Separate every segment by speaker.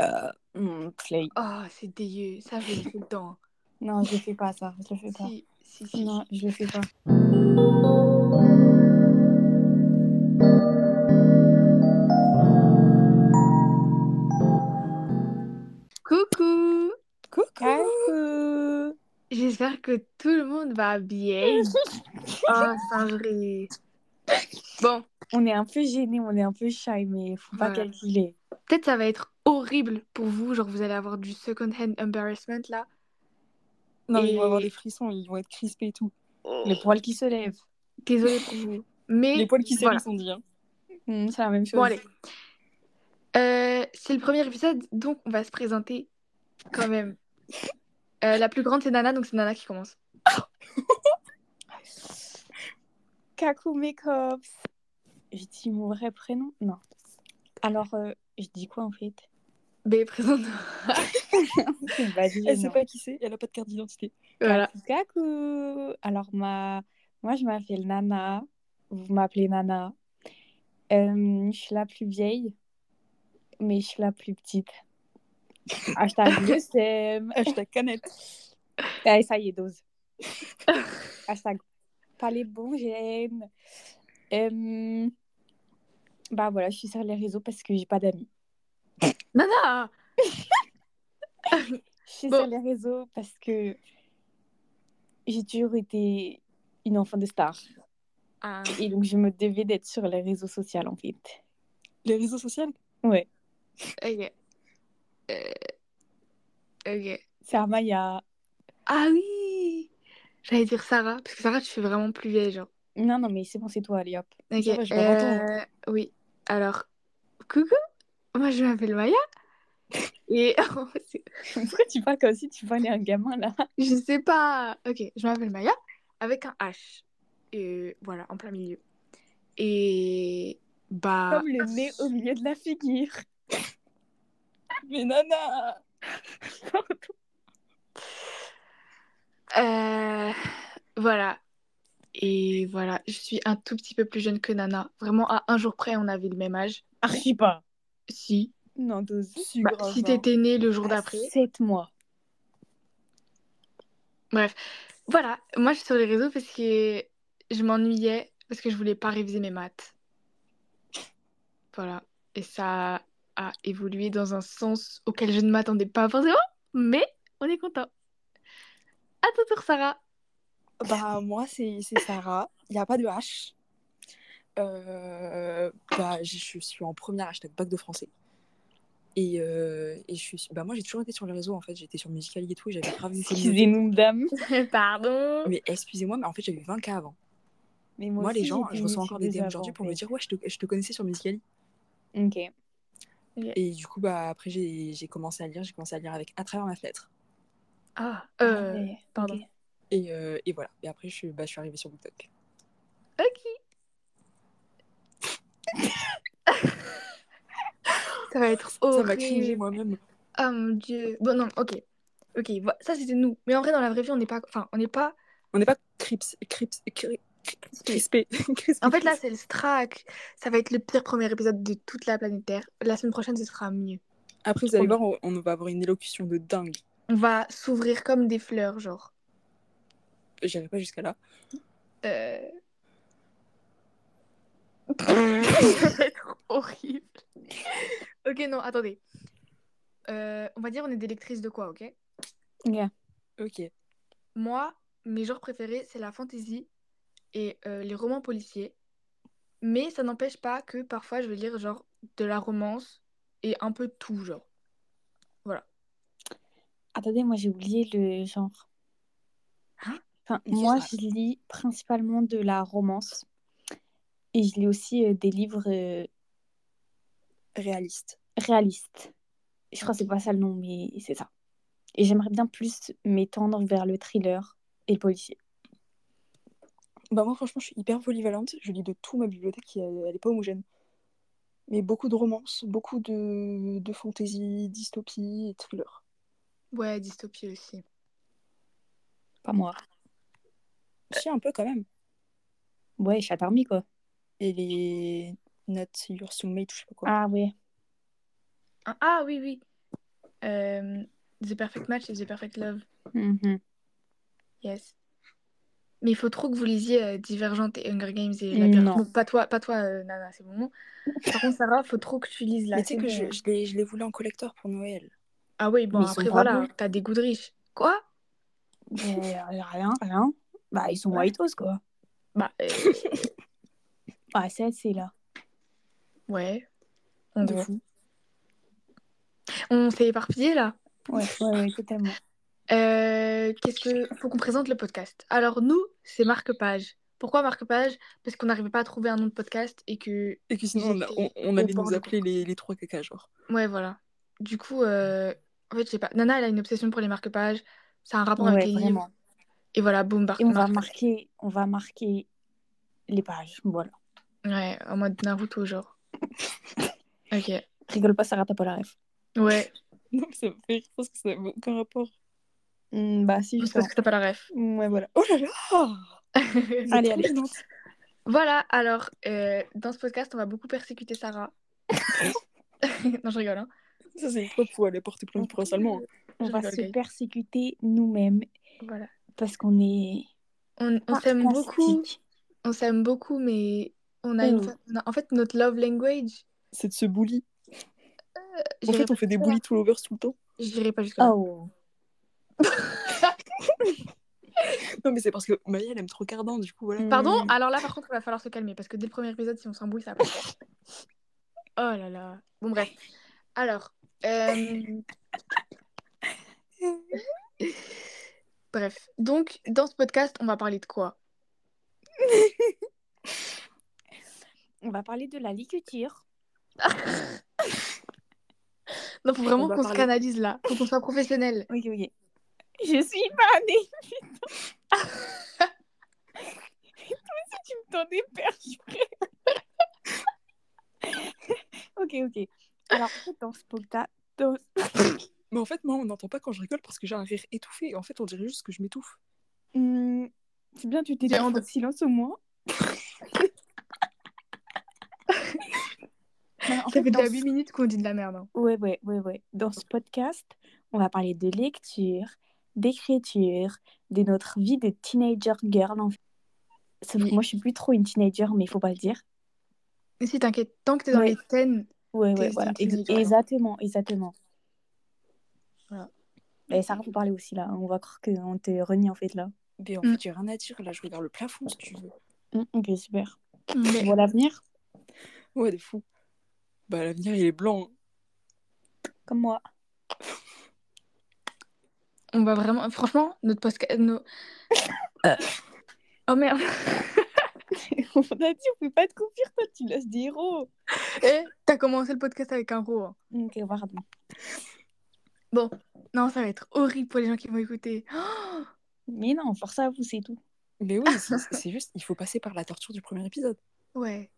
Speaker 1: euh, hmm, play.
Speaker 2: Oh, c'est dégueu. Ça, je le fais tout le temps.
Speaker 3: Non, je le fais pas, ça. Je le fais pas.
Speaker 2: Si, si, si.
Speaker 3: Non, je le fais pas.
Speaker 2: Coucou!
Speaker 1: Coucou.
Speaker 3: Coucou.
Speaker 2: J'espère que tout le monde va bien. Oh, c'est vrai. Bon,
Speaker 3: On est un peu gêné, on est un peu shy, mais faut pas
Speaker 2: Ouais.
Speaker 3: calculer.
Speaker 2: peut-être ça va être horrible pour vous. Genre, vous allez avoir du second-hand embarrassment là.
Speaker 1: Non, mais ils
Speaker 2: Et-
Speaker 1: vont avoir des frissons, ils vont être crispés et tout. Les poils qui se lèvent.
Speaker 2: Désolée pour vous. Mais
Speaker 1: Les poils qui se
Speaker 2: voilà.
Speaker 1: sont dit. hein.
Speaker 3: Hmm, c'est la même chose.
Speaker 2: Bon, allez. Euh, c'est le premier épisode, donc on va se présenter quand même. Euh, la plus grande, c'est Nana, donc c'est Nana qui commence.
Speaker 3: Kaku Makeups. Je dis mon vrai prénom Non. Alors, euh, je dis quoi en fait
Speaker 2: B, présente.
Speaker 3: C'est vas-y,
Speaker 1: Elle sait
Speaker 3: non.
Speaker 1: pas qui c'est, elle a pas de carte d'identité.
Speaker 2: Voilà.
Speaker 3: Kaku. Alors, ma... moi, je m'appelle Nana. Vous m'appelez Nana. Euh, je suis la plus vieille, mais je suis la plus petite. Hashtag le SEM.
Speaker 1: Hashtag canette.
Speaker 3: Ah, ça y est, dose. Hashtag pas les bons gènes. Euh, Bah voilà, je suis sur les réseaux parce que j'ai pas d'amis.
Speaker 2: Nana
Speaker 3: Je suis
Speaker 2: Bon.
Speaker 3: sur les réseaux parce que j'ai toujours été une enfant de star.
Speaker 2: Ah.
Speaker 3: Et donc, je me devais d'être sur les réseaux sociaux, en fait.
Speaker 1: Les réseaux sociaux
Speaker 3: Ouais.
Speaker 2: Ok. Euh, Ok.
Speaker 3: C'est Amaya.
Speaker 2: Ah oui J'allais dire Sarah, parce que Sarah, tu fais vraiment plus vieille, genre.
Speaker 3: Non, non, mais c'est bon, c'est toi, allez, hop.
Speaker 2: Ok.
Speaker 1: Ça va, je vais l'entendre.
Speaker 2: euh, Oui. Alors, coucou Moi, je m'appelle Maya. Et
Speaker 3: Pourquoi tu parles comme si tu parlais à un gamin, là
Speaker 2: je sais pas. Ok, je m'appelle Maya avec un H. Et voilà, en plein milieu. Et
Speaker 1: Ah.
Speaker 2: bah.
Speaker 3: Comme le nez au milieu de la figure.
Speaker 1: Mais nana
Speaker 2: Euh, voilà. Et voilà, je suis un tout petit peu plus jeune que Nana. Vraiment, à un jour près, on avait le même âge.
Speaker 3: Archipa.
Speaker 2: Si.
Speaker 3: Non, dose.
Speaker 1: Si,
Speaker 2: Bah,
Speaker 1: grave,
Speaker 2: si
Speaker 1: hein.
Speaker 2: t'étais née le jour d'après.
Speaker 3: 7 mois.
Speaker 2: Voilà, moi je suis sur les réseaux parce que je m'ennuyais, parce que je voulais pas réviser mes maths. Voilà. Et ça a évolué dans un sens auquel je ne m'attendais pas forcément, mais on est content. À ton tour, Sarah.
Speaker 1: Bah, moi, c'est c'est Sarah. Il n'y a pas de H. Euh, bah, je je suis en première hashtag bac de français. Et, euh, et je suis. Bah, moi, j'ai toujours été sur les réseaux, en fait. J'étais sur Musical.ly et tout. et J'avais grave une communauté.
Speaker 3: Excusez-nous, dame.
Speaker 2: Pardon.
Speaker 1: Mais excusez-moi, mais en fait, j'avais 20K avant.
Speaker 3: Mais
Speaker 1: Moi, les
Speaker 3: aussi,
Speaker 1: gens,
Speaker 3: j'étais
Speaker 1: je reçois encore des
Speaker 3: multipleuse
Speaker 1: DM aujourd'hui
Speaker 3: avant,
Speaker 1: pour me
Speaker 3: mais-
Speaker 1: dire Ouais, je te, je te connaissais sur Musical.ly.
Speaker 3: Ok.
Speaker 1: Et du coup, bah, après, j'ai j'ai commencé à lire. J'ai commencé à lire avec À travers ma fenêtre.
Speaker 2: Ah,
Speaker 3: Ah
Speaker 2: euh,
Speaker 3: ouais,
Speaker 2: pardon.
Speaker 3: ok.
Speaker 1: Et, euh, et voilà. Et après, je, suis- bah, je suis arrivée sur BookTok.
Speaker 2: Ok. ça va être
Speaker 1: Ça
Speaker 2: horrible.
Speaker 1: m'a cringé moi-même.
Speaker 2: Ah mon dieu. Bon, non, ok. Ok, vo- ça c'était nous. Mais en vrai, dans la vraie vie, on n'est pas. Enfin, on n'est pas.
Speaker 1: On n'est pas crips, crips, cri- crispé.
Speaker 2: En fait, là, c'est le strac. Ça va être le pire premier épisode de toute la planète Terre. La semaine prochaine, ce sera mieux.
Speaker 1: Après, vous allez voir, on, on va avoir une élocution de dingue.
Speaker 2: On va s'ouvrir comme des fleurs, genre.
Speaker 1: J'irai pas jusqu'à là.
Speaker 2: Euh... ça va être horrible. ok, non, attendez. Euh, on va dire, on est des lectrices de quoi, ok
Speaker 3: Ok.
Speaker 1: Ok.
Speaker 2: Moi, mes genres préférés, c'est la fantasy et euh, les romans policiers. Mais ça n'empêche pas que parfois je vais lire genre de la romance et un peu tout, genre.
Speaker 3: Attendez, moi j'ai oublié le genre.
Speaker 2: Hein
Speaker 3: Enfin,
Speaker 1: Ok,
Speaker 3: moi
Speaker 1: ça
Speaker 3: je lis principalement de la romance et je lis aussi euh, des livres euh,
Speaker 1: Réaliste.
Speaker 3: réalistes. Je crois que c'est pas ça le nom, mais c'est ça. Et j'aimerais bien plus m'étendre vers le thriller et le policier.
Speaker 1: Bah, moi, franchement, je suis hyper polyvalente. Je lis de tout ma bibliothèque, elle, elle est pas homogène. Mais beaucoup de romances, beaucoup de, de fantaisie, dystopie et thriller.
Speaker 2: Ouais, dystopie aussi.
Speaker 3: Pas moi.
Speaker 1: Si, un peu quand même.
Speaker 3: Ouais, Chat Army, quoi.
Speaker 1: Et les Not Your Soulmate, je sais pas quoi.
Speaker 3: Ah ouais.
Speaker 2: Ah, ah, oui, oui. euh, The Perfect Match et The Perfect Love.
Speaker 3: Mhm.
Speaker 2: Yes. Mais il faut trop que vous lisiez euh, Divergente et Hunger Games et la Bière-
Speaker 3: Non.
Speaker 2: Bon, pas toi, pas toi euh, Nana, c'est bon. Par contre, Sarah, faut trop que tu lises là.
Speaker 1: Mais tu sais
Speaker 2: c'est
Speaker 1: que
Speaker 2: bon.
Speaker 1: je, je les, je les voulais en collector pour Noël.
Speaker 2: Ah oui, bon,
Speaker 3: Mais ils sont
Speaker 2: après,
Speaker 3: pas
Speaker 2: voilà,
Speaker 3: bons.
Speaker 2: t'as des goûts de riche. Quoi
Speaker 3: Mais, euh, rien, rien. Bah, ils sont
Speaker 2: Ouais.
Speaker 3: whitos, quoi.
Speaker 2: Bah, euh,
Speaker 3: Ah, c'est assez, là.
Speaker 2: ouais. En
Speaker 3: De
Speaker 2: gros. On s'est éparpillé là.
Speaker 3: Ouais, ouais, ouais, totalement.
Speaker 2: Euh, Qu'est-ce que faut qu'on présente le podcast Alors nous, c'est marque-page. Pourquoi marque-page Parce qu'on n'arrivait pas à trouver un nom de podcast et que
Speaker 1: Et que sinon, on, a- on- on allait nous appeler les, les trois caca, genre.
Speaker 2: ouais voilà. Du coup, euh, en fait, je sais pas. Nana, elle a une obsession pour les marque-pages. Ça a un rapport avec
Speaker 3: Ouais,
Speaker 2: les livres.
Speaker 3: vraiment.
Speaker 2: Et voilà, boum,
Speaker 3: Et on va
Speaker 2: marque-page.
Speaker 3: marquer, on va marquer les pages. Voilà.
Speaker 2: Ouais, en mode Naruto genre. ok.
Speaker 3: Rigole pas, Sarah, t'as pas la ref.
Speaker 2: Ouais.
Speaker 1: Non, mais ça me fait rire parce que ça n'a aucun rapport.
Speaker 3: bah, si,
Speaker 2: C'est parce que t'as pas la ref.
Speaker 3: Ouais, voilà.
Speaker 1: Oh là là Vous êtes
Speaker 3: Allez,
Speaker 1: trop
Speaker 3: allez.
Speaker 1: gênante.
Speaker 2: Voilà, alors, euh, dans ce podcast, on va beaucoup persécuter Sarah. non, je rigole. Hein.
Speaker 1: Ça, c'est une preuve pour aller porter plainte pour harcèlement. hein.
Speaker 3: On
Speaker 2: Je
Speaker 3: va
Speaker 2: rigole,
Speaker 3: se
Speaker 2: guys.
Speaker 3: persécuter nous-mêmes
Speaker 2: Voilà.
Speaker 3: parce qu'on est.
Speaker 2: On, on s'aime beaucoup,
Speaker 3: sarcastiques.
Speaker 2: on s'aime beaucoup, mais on a une.
Speaker 3: Mm.
Speaker 2: on a- En fait, notre love language,
Speaker 1: C'est de se bully. En
Speaker 2: j'irai
Speaker 1: fait, on fait des Ah bully tout over tout le temps.
Speaker 2: j'irai pas jusqu'à.
Speaker 3: Oh.
Speaker 1: Non, mais c'est parce que Maya, elle aime trop Cardan, du coup, voilà.
Speaker 2: Pardon,
Speaker 3: Mm.
Speaker 2: alors là, par contre, il va falloir se calmer parce que dès le premier épisode, si on s'embrouille, ça va pas le faire. Oh là là. Bon, bref. Alors, euh, bref. Donc, dans ce podcast, on va parler de quoi
Speaker 3: On va parler de la liqueur.
Speaker 2: Non, faut vraiment
Speaker 1: On va
Speaker 2: qu'on se
Speaker 1: parler-
Speaker 2: canalise là, faut qu'on soit professionnel.
Speaker 3: Oui, oui. Je suis pas née. Toi aussi, tu me tends des perches, ok, ok. Alors, en fait, dans ce podcast. dans-
Speaker 1: Mais en fait, moi, on n'entend pas quand je rigole parce que j'ai un rire étouffé. Et en fait, on dirait juste que je m'étouffe.
Speaker 3: Hmm, C'est bien, tu t'es dit
Speaker 2: Viande.
Speaker 3: en silence au moins. Bah, Non, en
Speaker 2: Ça
Speaker 3: fait,
Speaker 2: fait
Speaker 3: dans
Speaker 2: déjà
Speaker 3: ce-
Speaker 2: 8 minutes qu'on dit de la merde. hein.
Speaker 3: Ouais, ouais, ouais, ouais. Dans ce podcast, on va parler de lecture, d'écriture, de notre vie de teenager girl. En fait. Sauf
Speaker 2: Oui.
Speaker 3: que moi, je suis plus trop une teenager, mais il faut pas le dire.
Speaker 2: Mais si, t'inquiète, tant que t'es dans
Speaker 3: Ouais.
Speaker 2: les scènes,
Speaker 3: Ouais,
Speaker 2: T'es
Speaker 3: ouais,
Speaker 2: une
Speaker 3: voilà.
Speaker 2: teenager girl.
Speaker 3: Exactement, exactement.
Speaker 2: Voilà.
Speaker 3: Et Sarah, faut parler aussi là. On va croire qu'on te renie en fait là.
Speaker 1: Mais en
Speaker 2: Mm.
Speaker 1: fait, j'ai rien à dire. Là, je regarde le plafond, si tu veux.
Speaker 3: Hmm, ok, super.
Speaker 2: mais-
Speaker 3: Tu vois l'avenir
Speaker 1: Ouais, de fou. Bah, l'avenir, il est blanc. hein.
Speaker 3: Comme moi.
Speaker 2: On va vraiment. Franchement, notre podcast. nos- Euh. Oh merde.
Speaker 3: on a dit, on peut pas te confier, toi, tu lâches des héros.
Speaker 2: Eh, T'as commencé le podcast avec un gros. hein.
Speaker 3: Ok, pardon.
Speaker 2: Non, ça va être horrible pour les gens qui vont écouter. Oh
Speaker 3: Mais non, force à vous, c'est tout.
Speaker 1: Mais oui, c'est c'est juste, il faut passer par la torture du premier épisode.
Speaker 2: ouais.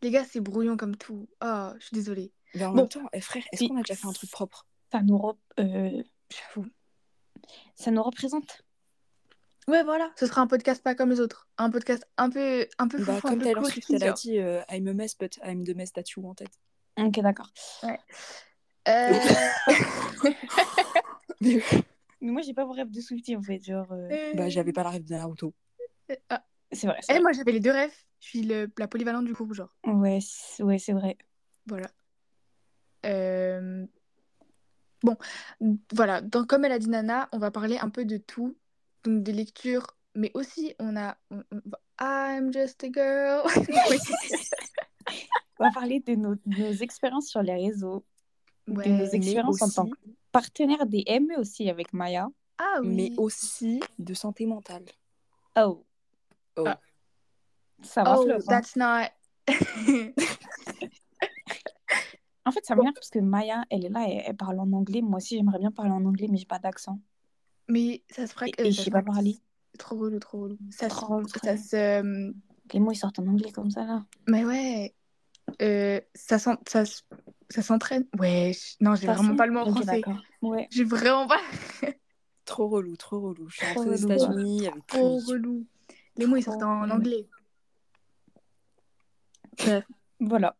Speaker 2: Les gars, c'est brouillon comme tout. Oh, je suis désolée.
Speaker 1: Mais en
Speaker 2: Bon.
Speaker 1: même temps, eh, frère, est-ce
Speaker 3: Oui.
Speaker 1: qu'on a déjà fait un truc propre
Speaker 3: Ça nous, rep- euh,
Speaker 2: J'avoue.
Speaker 3: ça nous représente.
Speaker 2: Ouais, voilà. Ce sera un podcast pas comme les autres. Un podcast un peu. Un peu
Speaker 1: Bah,
Speaker 2: foufou, un
Speaker 1: comme
Speaker 2: peu
Speaker 1: Taylor
Speaker 2: quirky,
Speaker 1: Swift, elle a
Speaker 2: genre.
Speaker 1: dit euh, I'm a mess, but I'm the mess that you wanted.
Speaker 3: Ok, d'accord.
Speaker 2: Euh,
Speaker 3: Mais moi, j'ai pas vos rêves de Swiftie en fait. Genre, euh,
Speaker 1: Bah, j'avais pas la rêve de Naruto.
Speaker 2: Ah,
Speaker 3: c'est vrai.
Speaker 2: Eh,
Speaker 3: c'est
Speaker 2: moi j'avais les deux rêves. Je suis le- la polyvalente du groupe, genre.
Speaker 3: vrai. Ouais, c'est ouais, c'est vrai.
Speaker 2: Voilà. Euh, Bon, voilà. Dans, comme elle a dit Nana, on va parler un peu de tout. Donc des lectures, mais aussi on a. on- on va- I'm just a girl.
Speaker 3: On va parler de nos, de nos expériences sur les réseaux,
Speaker 2: Ouais.
Speaker 3: de nos
Speaker 1: Mais
Speaker 3: expériences en
Speaker 1: aussi-
Speaker 3: tant que partenaire des ME aussi avec Maya.
Speaker 2: Ah oui.
Speaker 1: Mais aussi de santé mentale.
Speaker 3: Oh.
Speaker 1: Oh.
Speaker 2: Ah.
Speaker 3: Ça va
Speaker 2: Oh,
Speaker 3: flop, hein.
Speaker 2: that's not.
Speaker 3: En fait, ça m'énerve parce que Maya, elle est là, elle, elle parle en anglais. Moi aussi, j'aimerais bien parler en anglais, mais j'ai pas d'accent.
Speaker 2: mais ça se frappe.
Speaker 3: Et- et je sais pas parler.
Speaker 2: Trop relou, trop relou. Ça, se-
Speaker 3: Trop relou, trop
Speaker 2: ça
Speaker 3: relou.
Speaker 2: se. euh,
Speaker 3: Les mots, ils sortent en anglais comme ça, là.
Speaker 2: Mais ouais. Euh, ça s'en- ça se- ça s'entraîne. Ouais. je- Non, j'ai
Speaker 3: Ça
Speaker 2: vraiment
Speaker 3: se-
Speaker 2: pas le mot en
Speaker 3: Ok,
Speaker 2: français.
Speaker 3: d'accord. Ouais.
Speaker 2: J'ai vraiment pas.
Speaker 1: Trop relou, trop relou. Je suis
Speaker 3: Trop
Speaker 1: rentrée des
Speaker 3: relou, ouais.
Speaker 1: États-Unis avec
Speaker 2: Trop
Speaker 1: plus-
Speaker 2: relou. Les mots, ils sortent en
Speaker 3: relou.
Speaker 2: anglais.
Speaker 3: Voilà.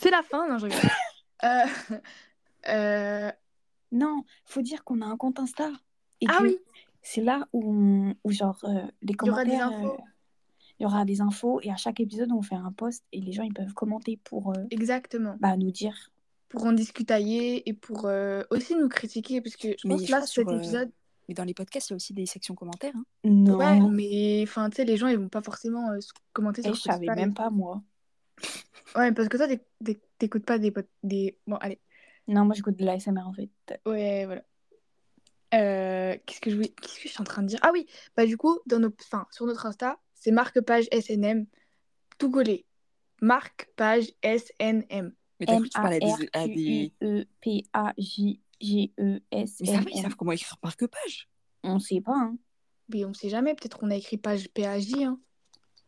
Speaker 2: C'est la fin, non, je rigole. Euh, Euh,
Speaker 3: Non, faut dire qu'on a un compte Insta. Et
Speaker 2: Ah
Speaker 3: que
Speaker 2: oui,
Speaker 3: C'est là où, on- où genre, euh, les
Speaker 2: il y aura
Speaker 3: commentaires...
Speaker 2: des
Speaker 3: euh,
Speaker 2: infos.
Speaker 3: il y aura des infos et à chaque épisode on fait un post et les gens ils peuvent commenter pour euh,
Speaker 2: Exactement.
Speaker 3: bah, nous dire
Speaker 2: Pour en discutailler et pour euh, aussi nous critiquer. Parce que je
Speaker 1: Mais
Speaker 2: pense
Speaker 1: je
Speaker 2: là,
Speaker 1: crois
Speaker 2: cet
Speaker 1: sur, euh,
Speaker 2: épisode.
Speaker 1: Mais dans les podcasts, il y a aussi des sections commentaires. hein.
Speaker 3: non
Speaker 2: Ouais, mais enfin, tu sais, les gens, ils vont pas forcément euh, commenter
Speaker 3: et
Speaker 2: sur
Speaker 3: Eh, je savais
Speaker 2: Spotify.
Speaker 3: même pas moi
Speaker 2: Ouais, parce que toi, t'éc- t'éc- t'écoutes pas des, pod- des. Bon, allez.
Speaker 3: non moi j'écoute de l'ASMR en fait
Speaker 2: Ouais, voilà. Euh, qu'est-ce que je voulais- qu'est-ce que je suis en train de dire? Ah oui, bah du coup, dans nos... enfin, sur notre Insta, c'est marque-page SNM, tout collé. Marque-page SNM.
Speaker 1: Mais t'as
Speaker 3: M
Speaker 1: cru que tu
Speaker 3: A
Speaker 1: parlais à
Speaker 3: R
Speaker 1: des. à
Speaker 3: Q
Speaker 1: des-
Speaker 3: U E P A J G E S
Speaker 1: Mais ça
Speaker 3: M
Speaker 1: va, ils savent comment écrire marque-page.
Speaker 3: on sait pas hein
Speaker 2: Mais on sait jamais, peut-être qu'on a écrit page PAJ, hein.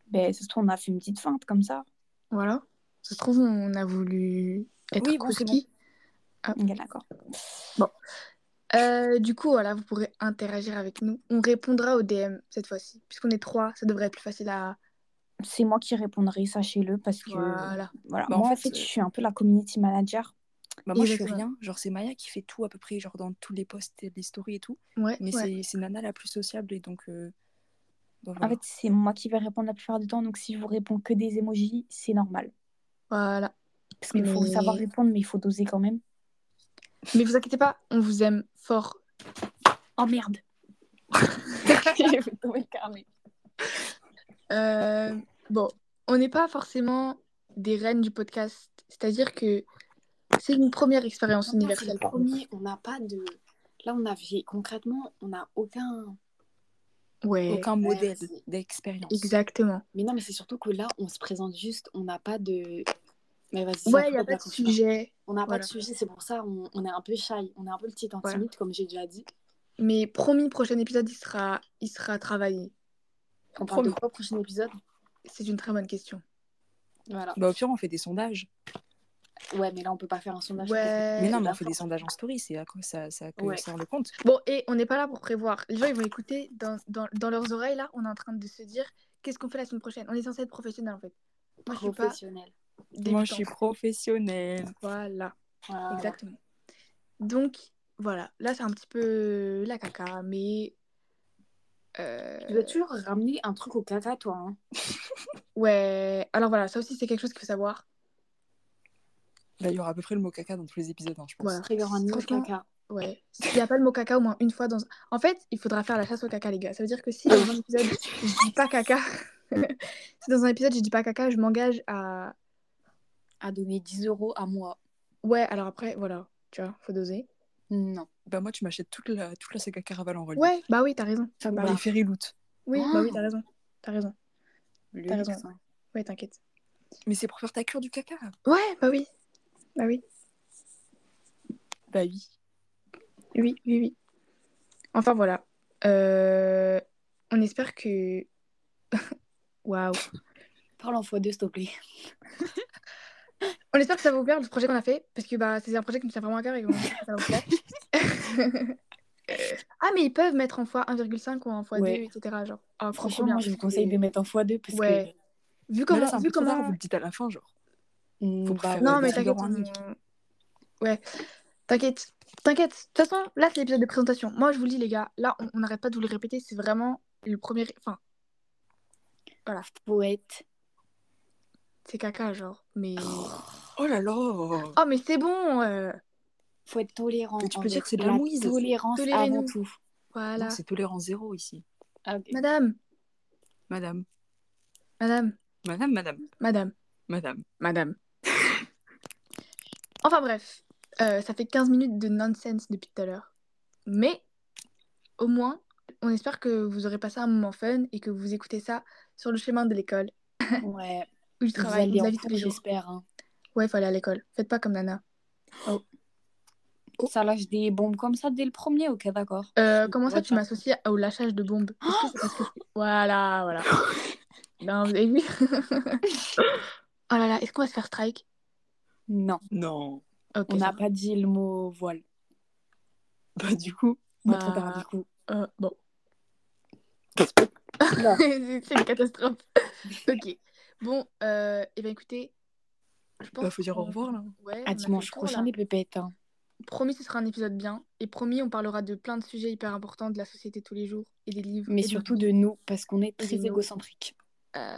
Speaker 3: ben ça se trouve on a fait une petite feinte comme ça
Speaker 2: Voilà. Ça se trouve, on a voulu être
Speaker 1: Oui, bon, c'est
Speaker 2: cookie.
Speaker 3: Ok, d'accord
Speaker 2: Euh, du coup, voilà, vous pourrez interagir avec nous. On répondra au DM cette fois-ci. Puisqu'on est trois, ça devrait être plus facile à.
Speaker 3: c'est moi qui répondrai sachez-le parce que voilà,
Speaker 2: Voilà.
Speaker 1: Bah, en
Speaker 3: moi en
Speaker 1: fait,
Speaker 3: fait
Speaker 1: euh,
Speaker 3: je suis un peu la community manager
Speaker 1: Bah, moi, je fais
Speaker 2: Exactement.
Speaker 1: rien. Genre, c'est Maya qui fait tout à peu près, genre dans tous les posts, et les stories et tout.
Speaker 2: Ouais,
Speaker 1: Mais
Speaker 2: ouais.
Speaker 1: c'est- c'est Nana la plus sociable et donc. euh, bah,
Speaker 3: en
Speaker 1: voilà.
Speaker 3: fait c'est moi qui vais répondre la plupart du temps donc si je vous réponds que des emojis c'est normal
Speaker 2: Voilà.
Speaker 3: Parce qu'il faut
Speaker 2: Mais-
Speaker 3: savoir répondre, mais il faut doser quand même.
Speaker 2: Mais vous inquiétez pas, on vous aime fort.
Speaker 3: Oh merde J'ai fait tomber le carnet.
Speaker 2: Euh, bon, on n'est pas forcément des reines du podcast, c'est-à-dire que c'est une première expérience
Speaker 4: Là, c'est
Speaker 2: universelle.
Speaker 4: le premier, on n'a pas de. Là, on avait concrètement, on n'a aucun.
Speaker 2: Ouais,
Speaker 1: Aucun modèle
Speaker 4: Merci.
Speaker 1: d'expérience.
Speaker 2: exactement.
Speaker 4: Mais non, mais c'est surtout que là, on se présente juste, on n'a pas de. Mais vas-y,
Speaker 2: Ouais,
Speaker 4: j'en
Speaker 2: il n'y
Speaker 4: prie,
Speaker 2: a pas de
Speaker 4: raconte pas.
Speaker 2: sujet,
Speaker 4: On n'a
Speaker 2: Voilà.
Speaker 4: pas de sujet, c'est pour ça on, on est un peu shy, on est un peu le petit
Speaker 2: Voilà.
Speaker 4: intimide, comme j'ai déjà dit.
Speaker 2: mais promis, prochain épisode, il sera, il sera travaillé.
Speaker 4: On parle de
Speaker 1: Promis.
Speaker 4: quoi au prochain épisode
Speaker 2: C'est une très bonne question.
Speaker 4: Voilà.
Speaker 1: Bah, au pire, on fait des sondages.
Speaker 4: Ouais, mais là, on peut pas faire un sondage.
Speaker 2: Ouais.
Speaker 1: Mais
Speaker 4: Euh,
Speaker 3: bah,
Speaker 1: non, mais on
Speaker 4: d'accord.
Speaker 1: fait des sondages en story. C'est à quoi ça, ça que
Speaker 4: Ouais.
Speaker 1: ça rend le compte.
Speaker 2: Bon, et on n'est pas là pour prévoir. Les gens, ils vont écouter dans, dans, dans leurs oreilles, là, on est en train de se dire qu'est-ce qu'on fait la semaine prochaine. On est censé être professionnel, en fait. Moi, je suis pas
Speaker 4: Professionnel.
Speaker 1: Moi, je
Speaker 2: débutante.
Speaker 1: suis professionnelle.
Speaker 2: Voilà.
Speaker 4: Voilà.
Speaker 2: Exactement. Donc, voilà. Là, c'est un petit peu la caca, mais. euh,
Speaker 4: Tu dois toujours ramener un truc au caca, toi. hein.
Speaker 2: Ouais. Alors, voilà, ça aussi, c'est quelque chose qu'il faut savoir.
Speaker 1: Bah, il y aura à peu près le mot caca dans tous les épisodes, hein, je pense.
Speaker 2: Voilà.
Speaker 4: Trigger warning au
Speaker 2: Franchement,
Speaker 4: caca.
Speaker 2: Ouais. S'il n'y a pas le mot caca au moins une fois dans. En fait, il faudra faire la chasse au caca, les gars. Ça veut dire que si dans un épisode, je dis pas caca. si dans un épisode, je dis pas caca, je m'engage à.
Speaker 4: À donner 10 euros à moi.
Speaker 2: Ouais, alors après, voilà. Tu vois, faut doser.
Speaker 4: Non.
Speaker 1: Bah, moi, tu m'achètes toute la, toute la saga Caravale en relief.
Speaker 2: Ouais, bah oui, t'as raison.
Speaker 4: Ça
Speaker 2: Bah
Speaker 1: Bah,
Speaker 4: va.
Speaker 1: les ferry loot.
Speaker 2: Oui,
Speaker 1: Ah.
Speaker 2: bah oui, t'as raison. T'as raison.
Speaker 4: Le
Speaker 2: T'as
Speaker 4: luxe,
Speaker 2: raison.
Speaker 4: hein.
Speaker 2: Ouais, t'inquiète.
Speaker 1: Mais c'est pour faire ta cure du caca.
Speaker 2: Ouais, bah oui. Bah oui.
Speaker 1: Bah oui.
Speaker 2: Oui, oui, oui. Enfin voilà. Euh, On espère que. Waouh.
Speaker 4: Parle en fois deux, s'il te plaît.
Speaker 2: On espère que ça va vous plaire le projet qu'on a fait parce que bah c'est un projet qui nous tient vraiment à cœur et qu'on espère que ça va vous plaire. ah mais ils peuvent mettre en fois 1,5 ou en fois 2
Speaker 4: Ouais.
Speaker 2: etc genre. Ah, trop
Speaker 4: Franchement,
Speaker 2: bien.
Speaker 4: moi, je vous conseille de mettre en fois deux parce
Speaker 2: Ouais. Vu comment
Speaker 1: Comment, Bah là, c'est un
Speaker 2: vu
Speaker 1: peu trop tard,
Speaker 2: comment
Speaker 1: vous le dites à la fin, genre.
Speaker 4: que. Mm,
Speaker 1: Faut
Speaker 4: bah,
Speaker 1: faire-
Speaker 2: non
Speaker 1: Ouais,
Speaker 2: mais
Speaker 1: bah,
Speaker 2: t'inquiète.
Speaker 1: c'est drôle.
Speaker 2: on- Ouais. T'inquiète. T'inquiète. De toute façon là c'est l'épisode de présentation. Moi je vous le dis les gars là on on n'arrête pas de vous le répéter c'est vraiment le premier enfin
Speaker 4: poète.
Speaker 2: c'est caca genre mais
Speaker 1: Oh là là
Speaker 2: oh mais c'est bon euh,
Speaker 4: Faut être tolérant.
Speaker 1: Mais tu
Speaker 4: en
Speaker 1: peux
Speaker 4: vrai.
Speaker 1: dire que c'est de la mouise.
Speaker 4: Tolérance
Speaker 2: Tolérez-nous.
Speaker 4: avant tout. Ah,
Speaker 2: voilà
Speaker 1: Non, C'est tolérance zéro ici.
Speaker 2: madame
Speaker 1: Madame.
Speaker 2: madame
Speaker 1: Madame, madame,
Speaker 2: madame
Speaker 1: madame.
Speaker 2: Madame. enfin bref, euh, ça fait 15 minutes de nonsense depuis tout à l'heure. Mais au moins, on espère que vous aurez passé un moment fun et que vous écoutez ça sur le chemin de l'école,
Speaker 4: Ouais.
Speaker 2: où
Speaker 4: Vous
Speaker 2: du travail,
Speaker 4: allez
Speaker 2: de la
Speaker 4: en
Speaker 2: vie tous
Speaker 4: cours,
Speaker 2: les jours.
Speaker 4: j'espère. hein.
Speaker 2: Ouais, faut aller à l'école. Faites pas comme Nana.
Speaker 4: Ça lâche des bombes comme ça dès le premier, ok, d'accord.
Speaker 2: Euh, comment ça,
Speaker 4: Ouais,
Speaker 2: tu m'associes au lâchage de bombes Est-ce que c'est parce que je- Voilà, voilà. non, vous avez vu Oh là là, est-ce qu'on va se faire strike
Speaker 4: Non,
Speaker 1: Non.
Speaker 2: Ok,
Speaker 4: on
Speaker 2: ça
Speaker 4: n'a
Speaker 2: va.
Speaker 4: pas dit le mot voile.
Speaker 1: Bah du coup,
Speaker 4: Bah,
Speaker 2: Bah,
Speaker 4: trop tard, du coup.
Speaker 2: Euh, bon.
Speaker 4: Non.
Speaker 2: c'est c'est une catastrophe. ok. Bon, euh, et ben écoutez, je pense.
Speaker 1: bah, faut dire au
Speaker 2: qu'on-
Speaker 1: revoir là.
Speaker 2: Ouais, on a
Speaker 4: À
Speaker 2: fait
Speaker 4: dimanche
Speaker 2: le tour,
Speaker 4: prochain,
Speaker 2: là.
Speaker 4: les pépettes. hein.
Speaker 2: promis, ce sera un épisode bien. Et promis, on parlera de plein de sujets hyper importants de la société tous les jours et des livres.
Speaker 3: Mais
Speaker 2: et
Speaker 3: surtout de nous, parce qu'on est très
Speaker 2: Et de nous.
Speaker 3: égocentrique.
Speaker 2: Euh,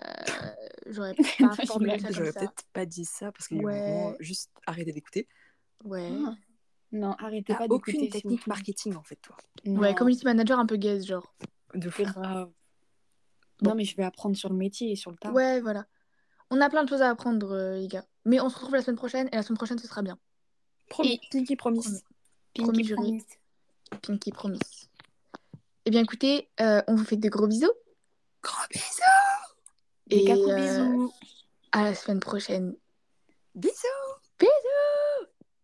Speaker 2: J'aurais pas
Speaker 3: je
Speaker 2: formulé
Speaker 3: blague,
Speaker 2: ça comme
Speaker 1: J'aurais
Speaker 2: ça.
Speaker 1: peut-être pas dit ça parce qu'il y a eu
Speaker 2: Ouais.
Speaker 1: un moment, juste arrêter d'écouter.
Speaker 2: Ouais.
Speaker 3: Ah, Non, arrêtez
Speaker 1: T'as
Speaker 3: pas d'écouter.
Speaker 1: aucune
Speaker 3: s'il vous
Speaker 1: technique
Speaker 3: plaît.
Speaker 1: marketing en fait, toi.
Speaker 2: Ouais,
Speaker 3: Non,
Speaker 2: community manager un peu gaze, genre.
Speaker 1: De fou.
Speaker 3: grave.
Speaker 2: Bon.
Speaker 3: Non, mais je vais apprendre sur le métier et sur le tas.
Speaker 2: Ouais, voilà. On a plein de choses à apprendre, euh, les gars. Mais on se retrouve la semaine prochaine et la semaine prochaine, ce sera bien.
Speaker 1: Promis. Pinky promise.
Speaker 2: Promis.
Speaker 3: Pinky
Speaker 2: Promis, jury.
Speaker 3: promise.
Speaker 2: Pinky, promis. Eh bien, écoutez, euh, on vous fait de gros bisous.
Speaker 1: Gros bisous.
Speaker 3: Des
Speaker 2: Et,
Speaker 3: gâteaux
Speaker 2: euh,
Speaker 3: bisous.
Speaker 2: À la semaine prochaine.
Speaker 1: Bisous.